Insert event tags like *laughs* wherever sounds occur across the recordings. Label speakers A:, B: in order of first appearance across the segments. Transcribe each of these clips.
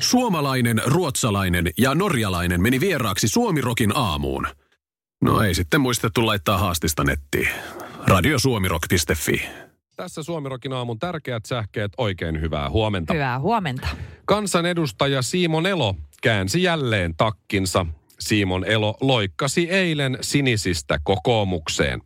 A: Suomalainen, ruotsalainen ja norjalainen meni vieraaksi Suomirokin aamuun. No ei sitten muistettu laittaa haastista nettiin. Radiosuomirok.fi
B: Tässä Suomirokin aamun tärkeät sähkeet. Oikein hyvää huomenta.
C: Hyvää huomenta.
B: Kansanedustaja Siimon Elo käänsi jälleen takkinsa. Siimon Elo loikkasi eilen sinisistä kokoomukseen.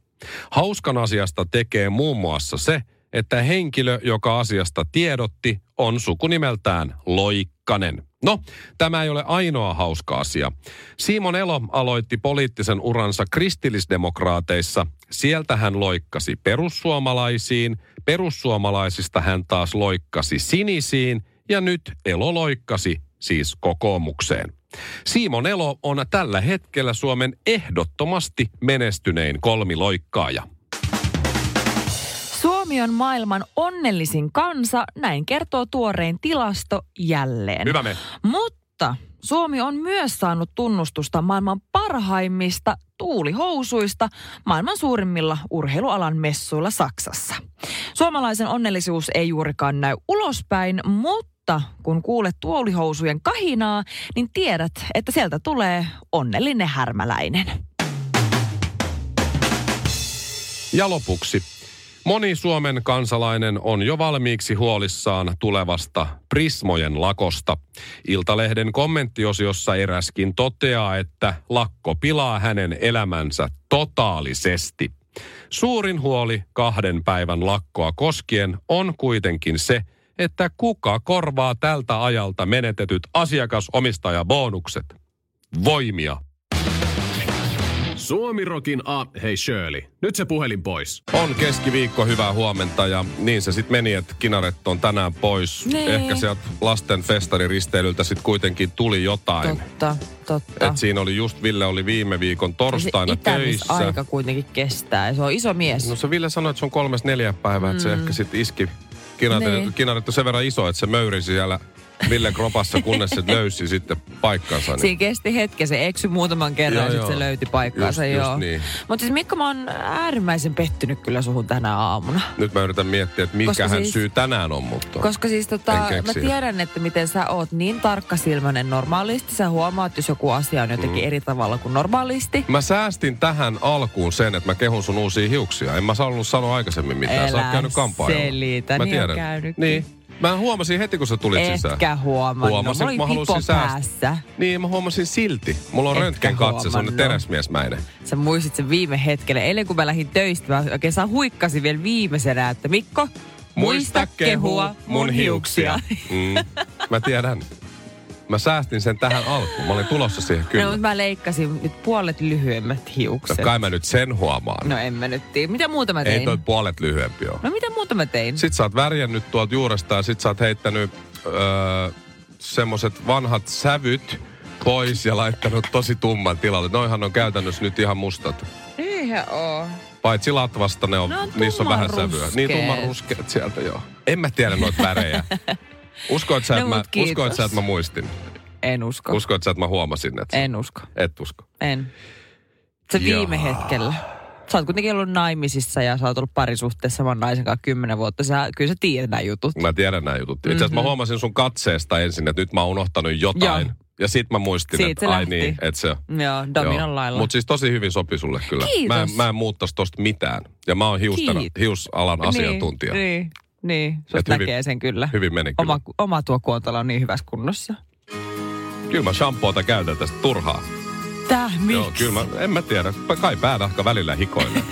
B: Hauskan asiasta tekee muun muassa se, että henkilö, joka asiasta tiedotti, on sukunimeltään Loikkanen. No, tämä ei ole ainoa hauska asia. Siimon Elo aloitti poliittisen uransa kristillisdemokraateissa. Sieltä hän loikkasi perussuomalaisiin, perussuomalaisista hän taas loikkasi sinisiin ja nyt Elo loikkasi siis kokoomukseen. Siimon Elo on tällä hetkellä Suomen ehdottomasti menestynein kolmiloikkaaja.
C: Suomi on maailman onnellisin kansa, näin kertoo tuorein tilasto jälleen.
B: Hyvä me.
C: Mutta Suomi on myös saanut tunnustusta maailman parhaimmista tuulihousuista maailman suurimmilla urheilualan messuilla Saksassa. Suomalaisen onnellisuus ei juurikaan näy ulospäin, mutta kun kuulet tuolihousujen kahinaa, niin tiedät, että sieltä tulee onnellinen härmäläinen.
B: Ja lopuksi. Moni Suomen kansalainen on jo valmiiksi huolissaan tulevasta Prismojen lakosta. Iltalehden kommenttiosiossa eräskin toteaa, että lakko pilaa hänen elämänsä totaalisesti. Suurin huoli kahden päivän lakkoa koskien on kuitenkin se, että kuka korvaa tältä ajalta menetetyt asiakasomistajabonukset. Voimia!
A: Suomirokin a... Hei Shirley, nyt se puhelin pois.
B: On keskiviikko, hyvää huomenta ja niin se sitten meni, että kinaret on tänään pois.
C: Niin.
B: Ehkä sieltä lasten festariristeilyiltä sitten kuitenkin tuli jotain.
C: Totta, totta.
B: Et siinä oli just, Ville oli viime viikon torstaina töissä.
C: aika Siis kuitenkin kestää ja se on iso mies.
B: No se Ville sanoi, että se on kolmes neljä päivää, että se ehkä sitten iski. Kinaret,
C: Mm. Niin.
B: kinaret on sen verran iso, että se möyri siellä Ville kropassa, kunnes se löysi sitten paikkansa. Niin.
C: Siinä kesti hetken, se eksy muutaman kerran
B: Joo,
C: ja sitten
B: joo.
C: se löyti paikkaansa.
B: Just- just
C: joo.
B: niin.
C: Mutta siis Mikko, mä oon äärimmäisen pettynyt kyllä suhun tänä aamuna.
B: Nyt mä yritän miettiä, että
C: Koska
B: mikähän
C: siis-
B: syy tänään on, mutta...
C: Koska siis tota,
B: En
C: mä
B: keksinyt.
C: tiedän, että miten sä oot niin tarkkasilmäinen normaalisti. Sä huomaat, jos joku asia on
B: Mm.
C: jotenkin eri tavalla kuin normaalisti.
B: Mä säästin tähän alkuun sen, että mä kehun sun uusia hiuksia. En mä saanut sanoa aikaisemmin mitään. sä oot
C: Älä
B: käynyt kampailulla.
C: selitä,
B: Mä
C: niin on
B: tiedän.
C: käynytkin.
B: Niin. Mä huomasin heti, kun sä tulit sisään.
C: Etkä huomannut.
B: Huomasin,
C: Mulla
B: mä
C: oli
B: halusin
C: pipo
B: säästää.
C: päässä.
B: Niin, mä huomasin silti. Mulla on
C: Etkä
B: röntgen katse, se on
C: huomannut.
B: teräsmiesmäinen.
C: Sä muistit sen viime hetkellä. Eilen kun mä lähdin töistä, mä oikein sä huikkasin vielä viimeisenä, että Mikko, muista kehua mun hiuksia.
B: Mm. Mä tiedän. Mä säästin sen tähän alkuun. Mä olin tulossa siihen
C: Kyllä.
B: kyllä.
C: *laughs* No, mutta mä leikkasin nyt puolet lyhyemmät
B: No,
C: hiukset.
B: kai mä nyt sen huomaan.
C: No en mä nyt tiedä. Mitä muuta mä
B: Ei
C: tein?
B: toi puolet lyhyempi ole.
C: No mitä muuta mä tein?
B: Sit sä oot värjännyt tuolta juuresta ja sit sä oot heittänyt öö, semmoset vanhat sävyt pois ja laittanut tosi tumman tilalle. Noihan on käytännössä nyt ihan mustat.
C: Eihän oo.
B: Paitsi Latvasta ne on,
C: Ne on
B: niissä on vähän
C: tummanruskeet.
B: sävyä. Niin tumman ruskeat sieltä joo. En mä tiedä noita
C: *laughs*
B: värejä. Uskoit sä,
C: No
B: että mä,
C: mut kiitos.
B: uskoit sä, että mä muistin?
C: En usko.
B: Uskoit sä, että mä huomasin, että
C: En usko.
B: et usko.
C: En. Se
B: Jaa.
C: viime hetkellä. Sä oot kuitenkin ollut naimisissa ja sä oot ollut parisuhteessa saman naisen kanssa kymmenen vuotta. Sä, kyllä sä tiedät nämä jutut.
B: Mä tiedän nämä jutut. Itse asiassa mä huomasin sun katseesta ensin, että nyt mä oon unohtanut jotain.
C: Mhm. Joo.
B: Ja sit mä muistin,
C: Siitä
B: että
C: se
B: ai
C: lähti.
B: niin, että se
C: Mm. Joo, Dominon lailla.
B: Mutta siis tosi hyvin sopi sulle kyllä.
C: Kiitos.
B: Mä, en- mä en muuttaisi tosta mitään. Ja mä oon hiustana,
C: Kiitos.
B: hiusalan asiantuntija.
C: Niin, niin, niin. Sut
B: Et hyvin-
C: näkee sen kyllä.
B: Hyvin meni kyllä.
C: Oma, oma tuo kuontalo on niin hyvässä kunnossa.
B: Kyllä mä shampoota käytän tästä turhaa.
C: Täh, miksi?
B: Joo, kyllä mä, en mä tiedä. Kai päänahka välillä *laughs* hikoilee.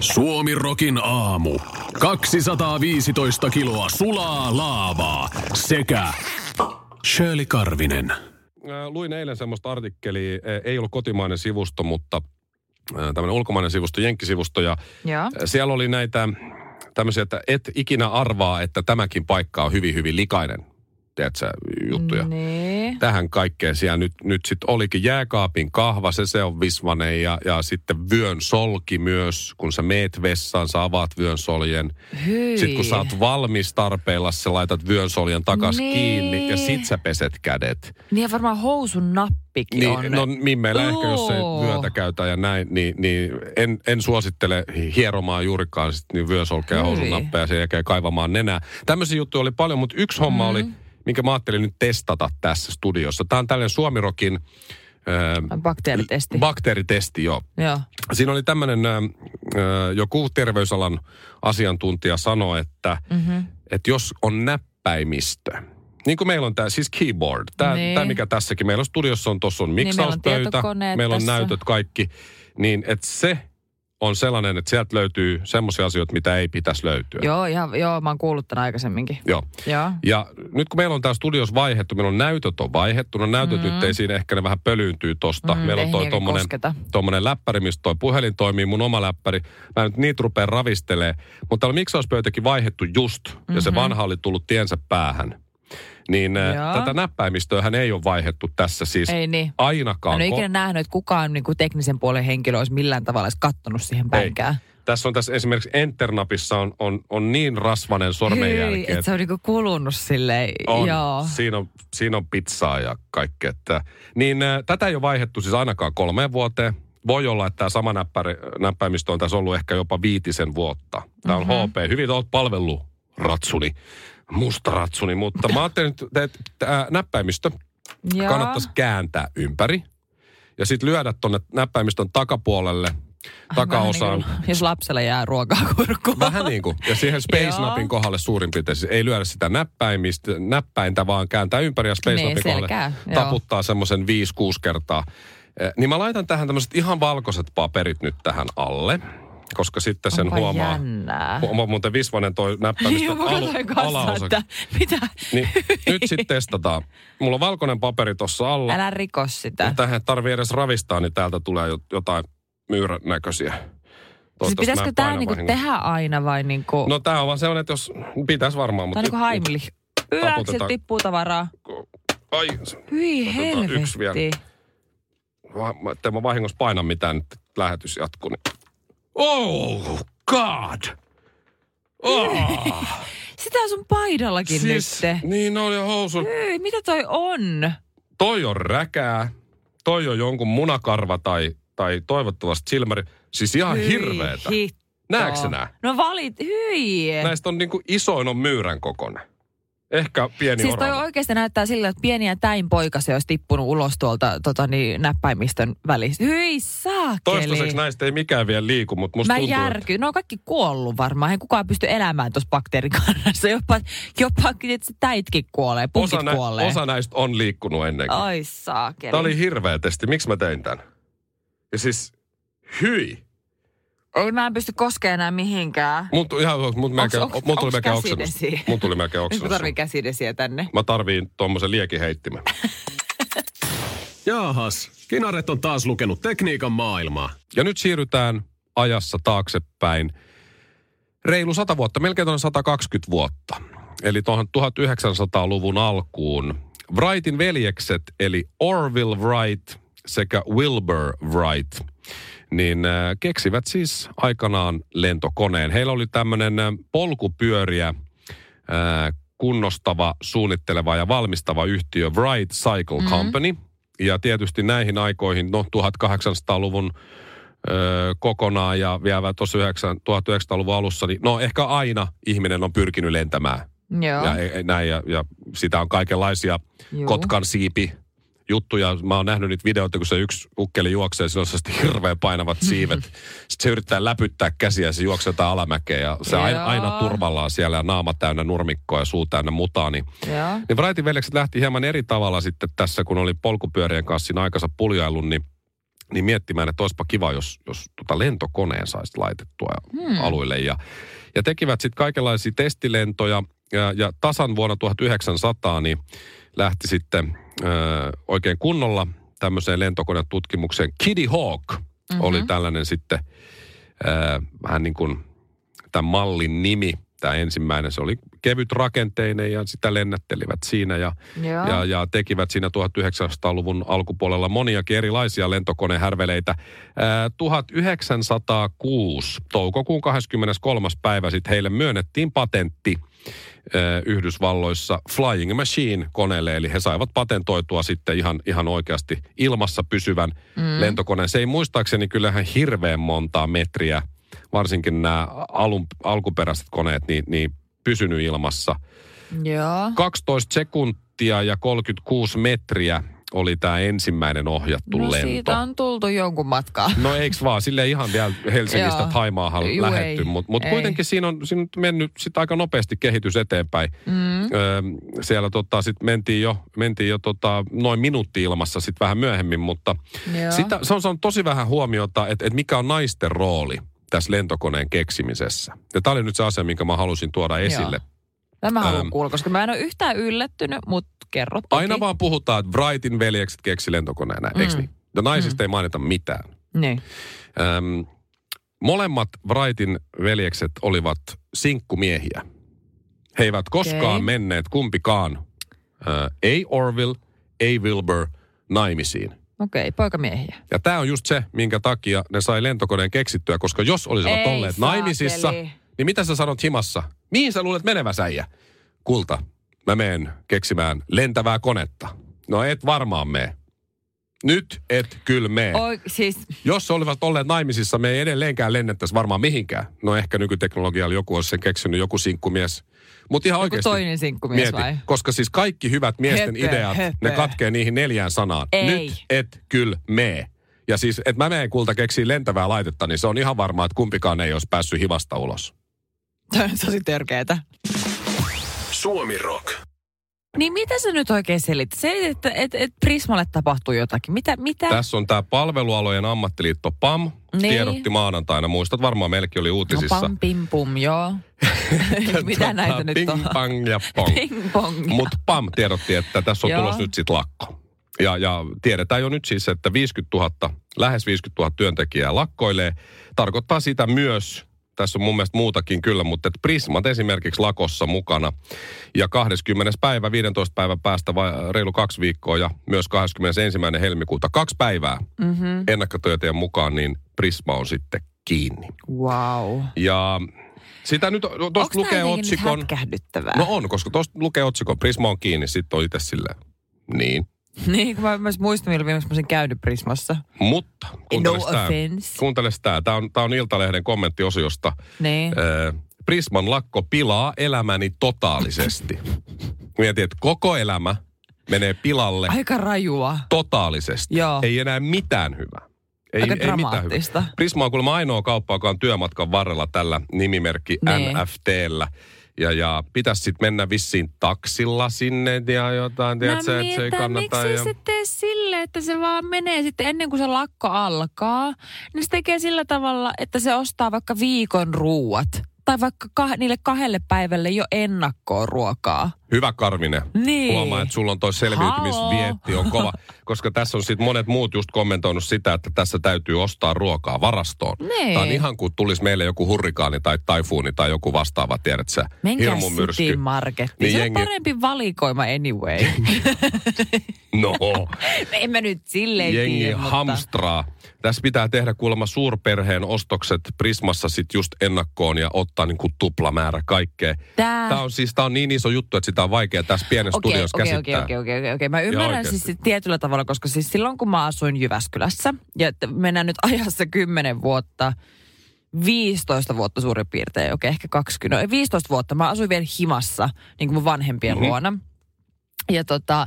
A: Suomirokin aamu. 215 kiloa sulaa laavaa sekä Shirley Karvinen.
B: Äh, luin eilen semmoista artikkelia, eh, ei ollut kotimainen sivusto, mutta tämmöinen ulkomainen sivusto, jenkkisivusto, ja
C: Joo.
B: siellä oli näitä tämmöisiä, että et ikinä arvaa, että tämäkin paikka on hyvin, hyvin likainen, tiedätkö, juttuja.
C: Niin.
B: Tähän kaikkeen siellä nyt, nyt sitten olikin jääkaapin kahva, se, se on visvanen ja, ja sitten vyön solki myös, kun sä meet vessaan, sä avaat vyön soljen.
C: Hyi.
B: Sitten kun sä oot valmis tarpeilla, sä laitat vyön soljen takas
C: Niin.
B: kiinni ja sit sä peset kädet.
C: Niin ja varmaan housun nappikin
B: Niin,
C: on.
B: no mimmeillä ehkä, jos ei
C: Joo.
B: vyötä käytä ja näin, niin, niin en, en suosittele hieromaan juurikaan sit, niin vyösolkea
C: Hyi.
B: housun nappeja sen jälkeen kaivamaan nenää. Tämmöisiä juttuja oli paljon, mutta yksi homma oli,
C: Mm.
B: minkä mä ajattelin nyt testata tässä studiossa. Tämä on tällainen Suomirokin ö,
C: Bakteeritesti.
B: bakteeritesti, joo.
C: Joo.
B: Siinä oli tämmöinen, joku terveysalan asiantuntija sanoi, että,
C: Mhm.
B: mm-hmm. että jos on näppäimistö, niin kuin meillä on tämä, siis keyboard, tämä,
C: Niin.
B: tämä mikä tässäkin, meillä on studiossa on, tuossa on
C: meillä on
B: miksauspöytä,
C: tietokoneet
B: meillä on
C: tässä.
B: näytöt kaikki, niin että se on sellainen, että sieltä löytyy semmoisia asioita, mitä ei pitäisi löytyä.
C: Joo, ihan, joo, mä oon kuullut tämän aikaisemminkin.
B: Joo.
C: Joo.
B: Ja nyt kun meillä on tämä studios vaihettu, meillä on näytöt on vaihettu, no näytöt mm. nyt ei siinä ehkä ne vähän pölyyntyy tosta.
C: Mm,
B: Mm, meillä on
C: Mm-hmm. ei
B: toi
C: niihin
B: tommonen,
C: kosketa.
B: tommonen läppäri, missä toi puhelin toimii, mun oma läppäri. Mä nyt niitä rupean ravistelee. Mutta täällä on miksauspöytäkin vaihettu just, mm-hmm. ja se vanha oli tullut tiensä päähän. Niin
C: Mhm. Joo.
B: Joo. tätä näppäimistöähän ei ole vaihettu tässä siis
C: Ei niin. Mä
B: ainakaan.
C: en ole
B: ko-
C: ikinä nähnyt, että kukaan niin kuin teknisen puolen henkilö olisi millään tavalla edes kattonut siihen
B: Ei.
C: päinkään.
B: Tässä on tässä esimerkiksi Enternapissa on, on, on niin rasvanen sormenjälki,
C: että se on niin kuin kulunut silleen.
B: On.
C: Joo.
B: Siinä on, siinä on pizzaa ja kaikkea. Että, niin ä, tätä ei ole vaihdettu siis ainakaan kolmeen vuoteen. Voi olla, että tämä sama näppäri, näppäimistö on tässä ollut ehkä jopa viitisen vuotta. Tämä
C: Mhm.
B: on mm-hmm. HP. Hyvin olet palvellut, ratsuni. Musta ratsuni. Mutta mä ajattelin, että tää- tää näppäimistö
C: Joo.
B: kannattaisi kääntää ympäri. Ja sitten lyödä tuonne näppäimistön takapuolelle, takaosaan.
C: Vähän niin kuin, jos lapsella jää ruokaa kurkkuun.
B: Vähän niin kuin. Ja siihen Space
C: Joo.
B: Napin kohdalle suurin piirtein. Siis ei lyödä sitä näppäimistä, näppäintä, vaan kääntää ympäri ja Space
C: Niin,
B: Napin kohdalle
C: selkää, joo.
B: taputtaa semmoisen 5-6 kertaa. Eh, Niin mä laitan tähän tämmöiset ihan valkoiset paperit nyt tähän alle, koska sitten sen
C: Onpa
B: huomaa.
C: jännää.
B: Huomaa muuten Visvanen toi näppäimistä
C: Niin, mä katsoin
B: alu-
C: kanssa,
B: alaosa.
C: että mitä.
B: Niin, nyt sitten testataan. Mulla on valkoinen paperi tuossa alla.
C: Älä rikos sitä. Siis
B: Ja Tähän ei tarvii edes ravistaa, niin täältä tulee jo- jotain myyrän näköisiä.
C: Siis
B: Toivottavasti mä
C: pitäisikö
B: en
C: tämä
B: paina
C: niinku
B: vahingossa.
C: tehdä aina vai niinku...
B: No tää on vaan sellainen, että jos pitäisi varmaan,
C: Tämä
B: mutta...
C: on niinku haimili. Yäkset
B: Taputetaan.
C: tippuu tavaraa.
B: Ai,
C: Hyi
B: Otetaan
C: helvetti.
B: yksi vielä. va- että mä vahingossa painan mitään, nyt lähetys jatkuu. Niin. Oh god!
C: *laughs*
B: Oh,
C: Sitä on sun paidallakin siis... nyt.
B: niin oli housun.
C: Hyi, mitä toi on?
B: Toi on räkää, toi on jonkun munakarva tai, tai toivottavasti silmäri. Siis ihan
C: Hyi
B: hirveetä.
C: hitto.
B: Näetkö sä nää?
C: No valit, hyi.
B: Näistä on niinku isoin on myyrän kokonen. Ehkä pieni
C: Siis toi
B: orava.
C: oikeasti näyttää siltä, että pieniä täin poika se olisi tippunut ulos tuolta tota, niin, näppäimistön välistä. Hyi saakeli.
B: Toistaiseksi näistä ei mikään vielä liiku, mutta musta
C: Mä
B: tuntuu, että-
C: järky. Ne on kaikki kuollut varmaan. Ei kukaan pysty elämään tuossa bakteerikannassa. *laughs* Jopa, jopa että se täitkin kuolee, punkit
B: osa, nä-
C: kuolee.
B: osa näistä on liikkunut ennenkin.
C: Ai saakeli.
B: Tämä oli hirveä testi. Miksi mä tein tämän? Ja siis, hyi.
C: Ei mä en pysty koskemaan enää mihinkään.
B: Mun, tu- ihan, mut melkein,
C: onks-
B: mun tuli
C: onks
B: melkein
C: käsidesi?
B: oksennus. Mun tuli melkein
C: Nyt mä
B: oksennus.
C: tarvii käsidesiä tänne.
B: Mä tarviin tuommoisen liekiheittimen.
A: Jaahas, Kinaret on taas lukenut tekniikan maailmaa.
B: Ja nyt siirrytään ajassa taaksepäin. Reilu 100 vuotta, melkein tuonne 120 vuotta. Eli tuohon 1900-luvun alkuun. Wrightin veljekset, eli Orville Wright sekä Wilbur Wright, niin äh, keksivät siis aikanaan lentokoneen. Heillä oli tämmöinen äh, polkupyöriä äh, kunnostava, suunnitteleva ja valmistava yhtiö Wright Cycle Company. Ja tietysti näihin aikoihin, no 1800-luvun ö, kokonaan ja vielä tuossa 9 1900-luvun alussa, niin no ehkä aina ihminen on pyrkinyt lentämään.
C: Joo.
B: Ja, e- e- näin, ja, ja sitä on kaikenlaisia
C: Juu.
B: kotkan siipi juttuja. Mä oon nähnyt niitä videoita, kun se yksi ukkeli juoksee, sillä on sellaiset *laughs* hirveän painavat siivet. Sitten se yrittää läpyttää käsiä ja se juoksee jotain alamäkeä ja se aina,
C: Joo.
B: aina turvallaan siellä ja naama täynnä nurmikkoa ja suu täynnä mutaa. Niin
C: Joo.
B: niin Varietin veljekset lähti hieman eri tavalla sitten tässä, kun oli polkupyörien kanssa siinä aikansa puljailun, niin, niin miettimään, että olisipa kiva, jos, jos tota lentokoneen saisi laitettua hmm. aluille. Ja, ja tekivät sitten kaikenlaisia testilentoja. Ja, ja tasan vuonna 1900 niin lähti sitten ö, oikein kunnolla tämmöiseen lentokonetutkimukseen. Kitty Hawk mm-hmm. oli tällainen sitten ö, vähän niin kuin tämän mallin nimi. Tämä ensimmäinen, se oli kevyt rakenteinen ja sitä lennättelivät siinä ja,
C: Joo.
B: ja, ja tekivät siinä 1900-luvun alkupuolella moniakin erilaisia lentokonehärveleitä. Ää, 1906, toukokuun 23. päivä sitten heille myönnettiin patentti ää, Yhdysvalloissa Flying Machine-koneelle, eli he saivat patentoitua sitten ihan, ihan oikeasti ilmassa pysyvän mm. lentokoneen. Se ei muistaakseni kyllähän hirveän montaa metriä, varsinkin nämä alun, alkuperäiset koneet, niin, niin pysynyt ilmassa –
C: Joo.
B: 12 sekuntia ja 36 metriä oli tämä ensimmäinen ohjattu
C: no
B: lento.
C: siitä on tultu jonkun matkaa.
B: No eiks vaan, sille ihan vielä Helsingistä
C: Joo.
B: Taimaahan
C: Juu,
B: lähetty,
C: ei.
B: mutta mut
C: Ei.
B: kuitenkin siinä on, siinä on mennyt sit aika nopeasti kehitys eteenpäin.
C: Mm.
B: Öö, siellä tota, sit mentiin jo, mentiin jo tota, noin minuutti ilmassa sit vähän myöhemmin, mutta
C: Joo.
B: sitä, se on saanut tosi vähän huomiota, että et mikä on naisten rooli tässä lentokoneen keksimisessä. Ja tämä oli nyt se asia, minkä mä halusin tuoda esille.
C: Tämä haluan
B: Äm.
C: kuulla, koska mä en ole yhtään yllättynyt, mutta kerro toki.
B: Aina vaan puhutaan, että Brightin veljekset keksi lentokoneen, mm. eikö
C: Mm.
B: niin? Ja naisista mm. ei mainita mitään.
C: Niin.
B: Öm, molemmat Brightin veljekset olivat sinkkumiehiä. He eivät koskaan okay.
C: Okei.
B: menneet kumpikaan, ö, ei Orville, ei Wilbur, naimisiin.
C: Okei, okay, poikamiehiä.
B: Ja tämä on just se, minkä takia ne sai lentokoneen keksittyä, koska jos olisivat
C: Ei
B: olleet naimisissa,
C: saakeli.
B: niin mitä sä sanot himassa? Mihin sä luulet menevänsä, äijä? Kulta, mä meen keksimään lentävää konetta. No et varmaan mee. Nyt et kyllä mee.
C: Oi, siis,
B: Jos olivat olleet naimisissa, me ei edelleenkään lennettäisi varmaan mihinkään. No ehkä nykyteknologialla joku olisi sen keksinyt, joku sinkkumies. Mutta ihan
C: joku
B: oikeasti
C: toinen sinkkumies
B: mieti,
C: vai? *laughs*
B: koska siis kaikki hyvät miesten
C: Höpö,
B: ideat, ne
C: höpö.
B: katkee niihin neljään sanaan.
C: Ei.
B: Nyt et kyllä mee. Ja siis, että mä meen kulta keksii lentävää laitetta, niin se on ihan varmaa, että kumpikaan ei olisi päässyt hivasta ulos.
C: Se on tosi törkeetä.
A: Suomi Rock.
C: Niin mitä sä nyt oikein selitit? Selitit, että et, et Prismalle tapahtuu jotakin. Mitä? mitä? No
B: Tässä on tämä palvelualojen ammattiliitto PAM.
C: Niin.
B: Tiedotti maanantaina. Muistat varmaan, meilläkin oli
C: no
B: uutisissa.
C: pam *laughs* pim pum,
B: *laughs*
C: joo. mitä
B: Tota,
C: näitä nyt
B: ping,
C: on?
B: pang ja
C: *laughs*
B: pong.
C: Ping pong.
B: Mutta PAM tiedotti, että tässä on
C: Joo.
B: tulos nyt sitten lakko. Ja, ja tiedetään jo nyt siis, että 50 000, lähes 50 000 työntekijää lakkoilee. Tarkoittaa sitä myös, tässä on mun mielestä muutakin kyllä, mutta että Prismat esimerkiksi lakossa mukana. Ja 20. päivä, 15 päivän päästä vai- reilu kaksi viikkoa ja myös 21. helmikuuta kaksi päivää
C: Mm-hmm.
B: ennakkotyötien mukaan, niin Prisma on sitten kiinni.
C: Wow.
B: Ja sitä nyt,
C: Onko
B: tuosta lukee otsikon.
C: niin hätkähdyttävää? *laughs*
B: No on, koska tuosta lukee otsikon, Prisma on kiinni, sitten on itse silleen, niin.
C: Niin, kun mä myös muistin, milloin viimeksi mä olisin käynyt Prismassa.
B: Mutta, kuunteles
C: No
B: tää.
C: offense.
B: Kuunteles tää. Tää on, tää on Iltalehden kommenttiosiosta.
C: Niin.
B: Ö, Prisman lakko pilaa elämäni totaalisesti. Mietin, että koko elämä menee pilalle
C: Aika rajua.
B: totaalisesti.
C: Joo.
B: Ei enää mitään hyvää. Ei,
C: Aika
B: ei mitään hyvää.
C: dramaattista.
B: Prisma on kuulemma ainoa kauppa, joka on työmatkan varrella tällä nimimerkki
C: Niin.
B: NFTllä. Ja, ja pitäisi sitten mennä vissiin taksilla sinne ja jotain, tiedätkö, että se ei kannata.
C: No niin, miksei
B: ja...
C: se tee sille, että se vaan menee sitten ennen kuin se lakko alkaa, niin se tekee sillä tavalla, että se ostaa vaikka viikon ruuat. Tai vaikka kah- niille kahdelle päivälle jo ennakkoon ruokaa.
B: Hyvä Karvinen.
C: Niin.
B: Huomaa, että sulla on toi selviytymisvietti on
C: *laughs*
B: kova, koska tässä on sitten monet muut just kommentoinut sitä, että tässä täytyy ostaa ruokaa varastoon.
C: Niin.
B: Tämä on ihan kuin tulisi meille joku hurrikaani tai taifuuni tai joku vastaava, tiedät sä,
C: Menkää
B: hirmumyrsky.
C: City Marketiin.
B: Niin
C: Niin se
B: jengi-
C: on parempi valikoima anyway.
B: No,
C: *laughs* en mä nyt silleen
B: jengi
C: tiedä, mutta...
B: hamstraa. Tässä pitää tehdä kuulemma suurperheen ostokset Prismassa sit just ennakkoon ja ottaa niin kuin tuplamäärä kaikkea.
C: Tää...
B: Tämä on siis tää on niin iso juttu, että sitä on vaikea tässä pienessä
C: Äh. Okei,
B: studiossa
C: okei, okei,
B: käsittää.
C: okei, okei, okei, okei. Mä ymmärrän
B: oikeasti.
C: siis sit tietyllä tavalla, koska siis silloin kun mä asuin Jyväskylässä, ja että mennään nyt ajassa 10 vuotta, 15 vuotta suurin piirtein, okei, ehkä 20, no, 15 vuotta. Mä asuin vielä himassa, niin kuin mun vanhempien
B: Mhm.
C: mm-hmm. luona. Ja tota, äh,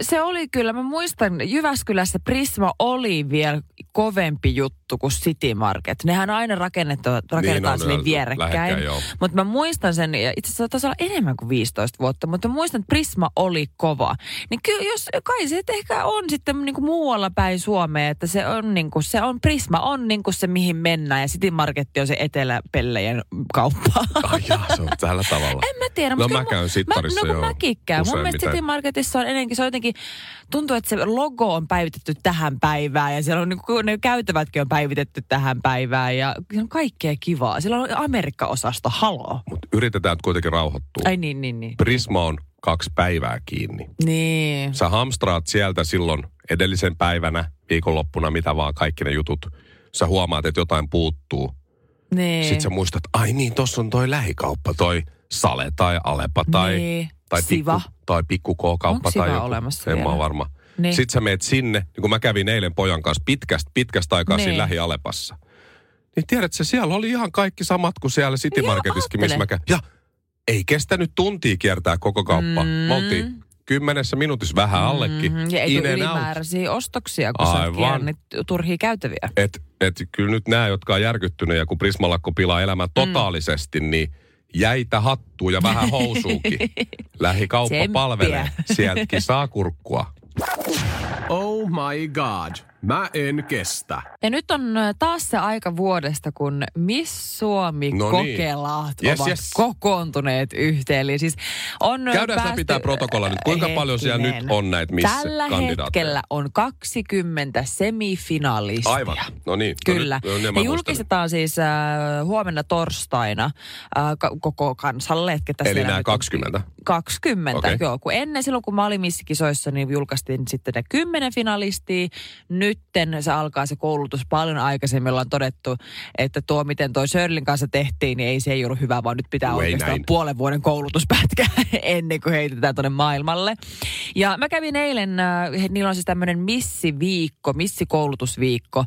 C: se oli kyllä, mä muistan, Jyväskylässä Prisma oli vielä kovempi juttu kuin City Market. Nehän aina rakennetaan, rakennetaan
B: on,
C: niin,
B: joo,
C: vierekkäin.
B: lähekkäin, joo.
C: Mutta mä muistan sen, ja itse asiassa taisi olla enemmän kuin 15 vuotta, mutta mä muistan, että Prisma oli kova. Niin kyllä, jos, kai se et ehkä on sitten niinku muualla päin Suomea, että se on niinku, se on, Prisma on niinku se, mihin mennään, ja City Market on se eteläpellejen kauppa.
B: *laughs* Ai jaa, se on tällä tavalla.
C: En mä tiedä,
B: No
C: mutta
B: mä käyn sittarissa,
C: mä, no,
B: joo.
C: kun mäkin käyn. mun mielestä
B: mitään.
C: City Marketissa on enemmänkin, se on jotenkin, tuntuu, että se logo on päivitetty tähän päivään ja siellä on niinku, ne käytävätkin on päivitetty tähän päivään ja se on kaikkea kivaa. Siellä on Amerikka-osasto, haloo.
B: Mutta yritetään nyt kuitenkin rauhoittua.
C: Ai niin, niin, niin.
B: Prisma on kaksi päivää kiinni.
C: Niin.
B: Sä hamstraat sieltä silloin edellisen päivänä, viikonloppuna, mitä vaan, kaikki ne jutut. Sä huomaat, että jotain puuttuu.
C: Niin.
B: Sitten sä muistat, ai niin, tossa on toi lähikauppa, toi Sale tai Alepa tai,
C: Niin.
B: tai,
C: Siva.
B: pikku, tai pikkukokauppa.
C: Onko Siva
B: tai joku.
C: olemassa
B: En
C: vielä?
B: mä ole varma.
C: Niin.
B: Sitten sä meet sinne, niin kun mä kävin eilen pojan kanssa pitkästä, pitkästä aikaa
C: Niin.
B: siinä lähialepassa. Niin tiedätkö, siellä oli ihan kaikki samat kuin siellä City
C: Joo,
B: Marketissakin, missä mä
C: ajattele.
B: kävin. Ja ei kestänyt tuntia kiertää koko kauppa. Mm. Me oltiin kymmenessä minuutissa vähän allekin.
C: Mm, ja ei
B: In
C: tule
B: and out.
C: ylimääräisiä ostoksia, kun sä oot
B: Aivan.
C: kierrännyt turhia käytäviä.
B: Et, et kyllä nyt nämä, jotka on järkyttynyt ja kun Prismalakko pilaa elämän
C: Mm.
B: totaalisesti, niin jäitä hattuu ja vähän
C: *laughs*
B: housuukin. Lähikauppa
C: Tsemppiä.
B: palvelee. Sieltäkin saa kurkkua.
A: Oh my god, mä en kestä.
C: Ja nyt on ö, taas se aika vuodesta, kun Miss Suomi
B: No niin.
C: kokelaat
B: Yes,
C: ovat
B: yes.
C: kokoontuneet yhteen. Eli siis on ö,
B: Käydään
C: päästy...
B: läpi tää protokolla nyt. Kuinka paljon siellä
C: Hetkinen.
B: nyt on näitä missä
C: Tällä
B: kandidaatteja?
C: hetkellä on 20 semifinalistia.
B: Aivan. No niin. No
C: Kyllä.
B: nyt- no niin, mä
C: ne
B: muistelin.
C: julkistetaan siis äh, huomenna torstaina äh, ka- koko kansalle. Että tässä
B: Eli
C: meillä
B: nämä
C: nyt on- niin.
B: 20.
C: 20,
B: Okei.
C: okay. joo. Kun ennen silloin, kun mä olin missikisoissa, niin julkaistiin sitten ne 10 finalistia. Nytten se alkaa se koulutus paljon aikaisemmin. Ollaan todettu, että tuo, miten toi Sörlin kanssa tehtiin, niin ei se ei ollut hyvä, vaan nyt pitää
B: Juu, ei
C: oikeastaan
B: näin.
C: puolen vuoden koulutuspätkä *laughs* ennen kuin heitetään tuonne maailmalle. Ja mä kävin eilen, äh, he- niillä on siis tämmöinen missiviikko, missikoulutusviikko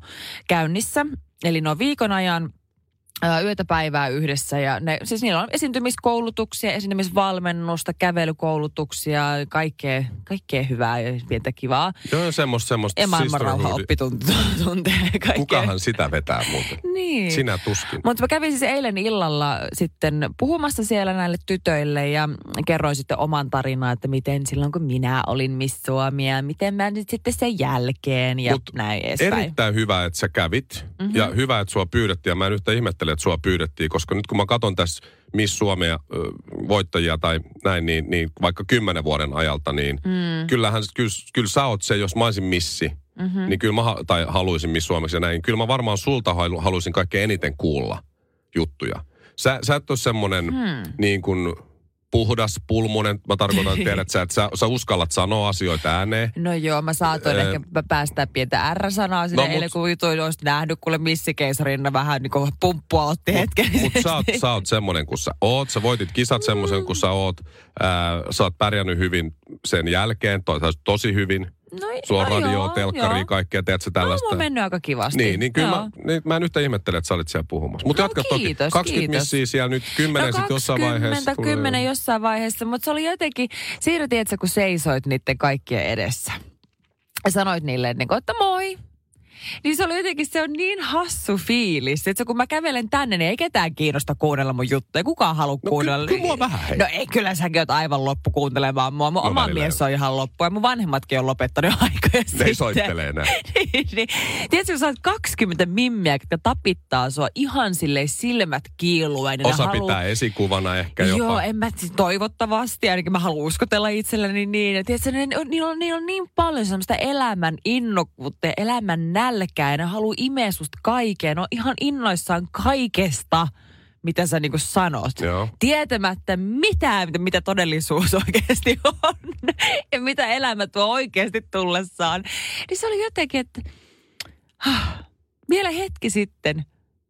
C: käynnissä. Eli no viikon ajan ää, yötä päivää yhdessä. Ja ne, siis niillä on esiintymiskoulutuksia, esiintymisvalmennusta, kävelykoulutuksia, kaikkea, kaikkea hyvää ja pientä kivaa.
B: Joo, semmoista, semmoista.
C: Ja maailmanrauha
B: sisterhoodi-
C: oppitunteja *laughs* ja kaikkea.
B: Kukahan sitä vetää muuten?
C: Niin.
B: Sinä tuskin.
C: Mutta mä kävin siis eilen illalla sitten puhumassa siellä näille tytöille ja kerroin sitten oman tarinaa, että miten silloin kun minä olin Miss Suomia, miten mä nyt sitten sen jälkeen ja
B: Mut
C: näin edespäin. Mhm.
B: Erittäin hyvä, että sä kävit mm-hmm. ja hyvä, että sua pyydettiin. Ja mä en yhtä ihmettele, että sua pyydettiin, koska nyt kun mä katson tässä Miss Suomea ö, voittajia tai näin, niin, niin vaikka kymmenen vuoden ajalta, niin
C: Hmm,
B: mm. kyllähän kyllä, kyllä sä oot se, jos mä olisin missi,
C: mhm. Mm.
B: mm-hmm. niin kyllä mä, ha- tai haluaisin Miss Suomeksi ja näin, kyllä mä varmaan sulta halu- haluaisin kaikkein eniten kuulla juttuja. Sä, sä et ole semmonen
C: Hmm.
B: mm. niin kuin puhdas, pulmunen, mä tarkoitan, tiedät, että sä, että sä, sä uskallat sanoa asioita ääneen.
C: No joo, mä saatoin
B: Öö.
C: ehkä pä- päästää pientä R-sanaa sinne
B: No
C: no,
B: mut-
C: eilen, kun jutuin olisi nähnyt, kun missikeisarinna vähän niin kuin pumppua otti
B: *laughs*
C: hetken.
B: Mutta sä, oot- sä oot semmonen kuin sä oot. Sä voitit kisat semmoisen kuin sä oot. Ää, sä oot pärjännyt hyvin sen jälkeen, to, sä oot tosi hyvin.
C: No i-
B: Sua on
C: no
B: radio,
C: joo,
B: telkkari,
C: joo.
B: kaikkea, teet sä
C: No,
B: tällaista.
C: mulla on mennyt aika kivasti.
B: niin, niin kyllä mä,
C: Joo.
B: niin, mä en yhtä ihmettele, että sä olit siellä puhumassa. Mutta
C: No
B: jatka toki.
C: kiitos,
B: 20
C: kiitos.
B: missiä siellä nyt, 10
C: no
B: sitten jossain vaiheessa.
C: 20, 10 jossain vaiheessa, mutta se oli jotenkin, siinä tiedätkö, kun seisoit niiden kaikkien edessä. Ja sanoit niille, niin kuin, että moi. Niin se oli jotenkin, se on niin hassu fiilis, että se, kun mä kävelen tänne, niin ei ketään kiinnosta kuunnella mun juttuja. Kukaan halua
B: No
C: kuunnella.
B: kyllä- kyllä mua vähän, hei.
C: No ei, kyllä säkin oot aivan loppu kuuntelemaan mua. Mun
B: No
C: oma
B: välillä
C: mies on ihan loppu ja mun vanhemmatkin on lopettanut jo aikoja
B: Ne
C: sitten.
B: ei soittele enää.
C: *laughs* Niin, niin. Tiedätkö, kun sä oot 20 mimmiä, jotka tapittaa sua ihan silleen silmät kiiluen. ja ne
B: Osa
C: haluaa-
B: pitää esikuvana ehkä jopa.
C: Joo, en mä siis toivottavasti, ainakin mä haluan uskotella itselleni niin. Ja tiedätkö, ne, on- niillä, on, niillä on niin paljon semmoista elämän innokkuutta ja elämän nälkää. Ja ne haluaa imeä susta kaikkea. Ne on ihan innoissaan kaikesta, mitä sä niinku sanot.
B: Joo.
C: Tietämättä mitään, mitä, mitä todellisuus *laughs* oikeasti on. Ja mitä elämä tuo oikeasti tullessaan. Niin se oli jotenkin, että ah, vielä hetki sitten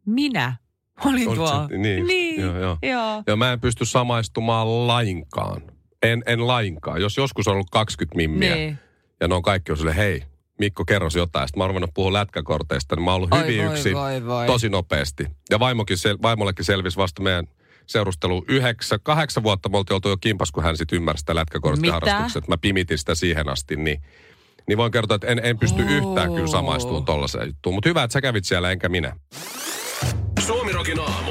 C: minä olin
B: Olit
C: tuo.
B: sä- niin,
C: niin
B: joo, joo.
C: joo.
B: Ja mä en pysty samaistumaan lainkaan. En, en lainkaan. Jos joskus on ollut 20 mimmiä,
C: Niin.
B: Ja ne on kaikki on silleen, hei, Mikko kerros jotain. Sitten mä oon ruvennut puhua lätkäkorteista, niin mä oon ollut
C: Oi,
B: hyvin
C: voi,
B: yksin
C: voi, voi.
B: tosi nopeasti. Ja vaimokin, sel, vaimollekin selvisi vasta meidän seurustelu yhdeksän, kahdeksan vuotta me oltiin oltu jo kimpas, kun hän sitten ymmärsi sitä lätkäkortin
C: Mitä?
B: harrastuksen. Mä pimitin sitä siihen asti, niin, niin voin kertoa, että en, en pysty
C: Oo.
B: yhtään kyllä samaistumaan tollaiseen juttuun. Mutta hyvä, että sä kävit siellä, enkä minä.
A: Suomirokin aamu.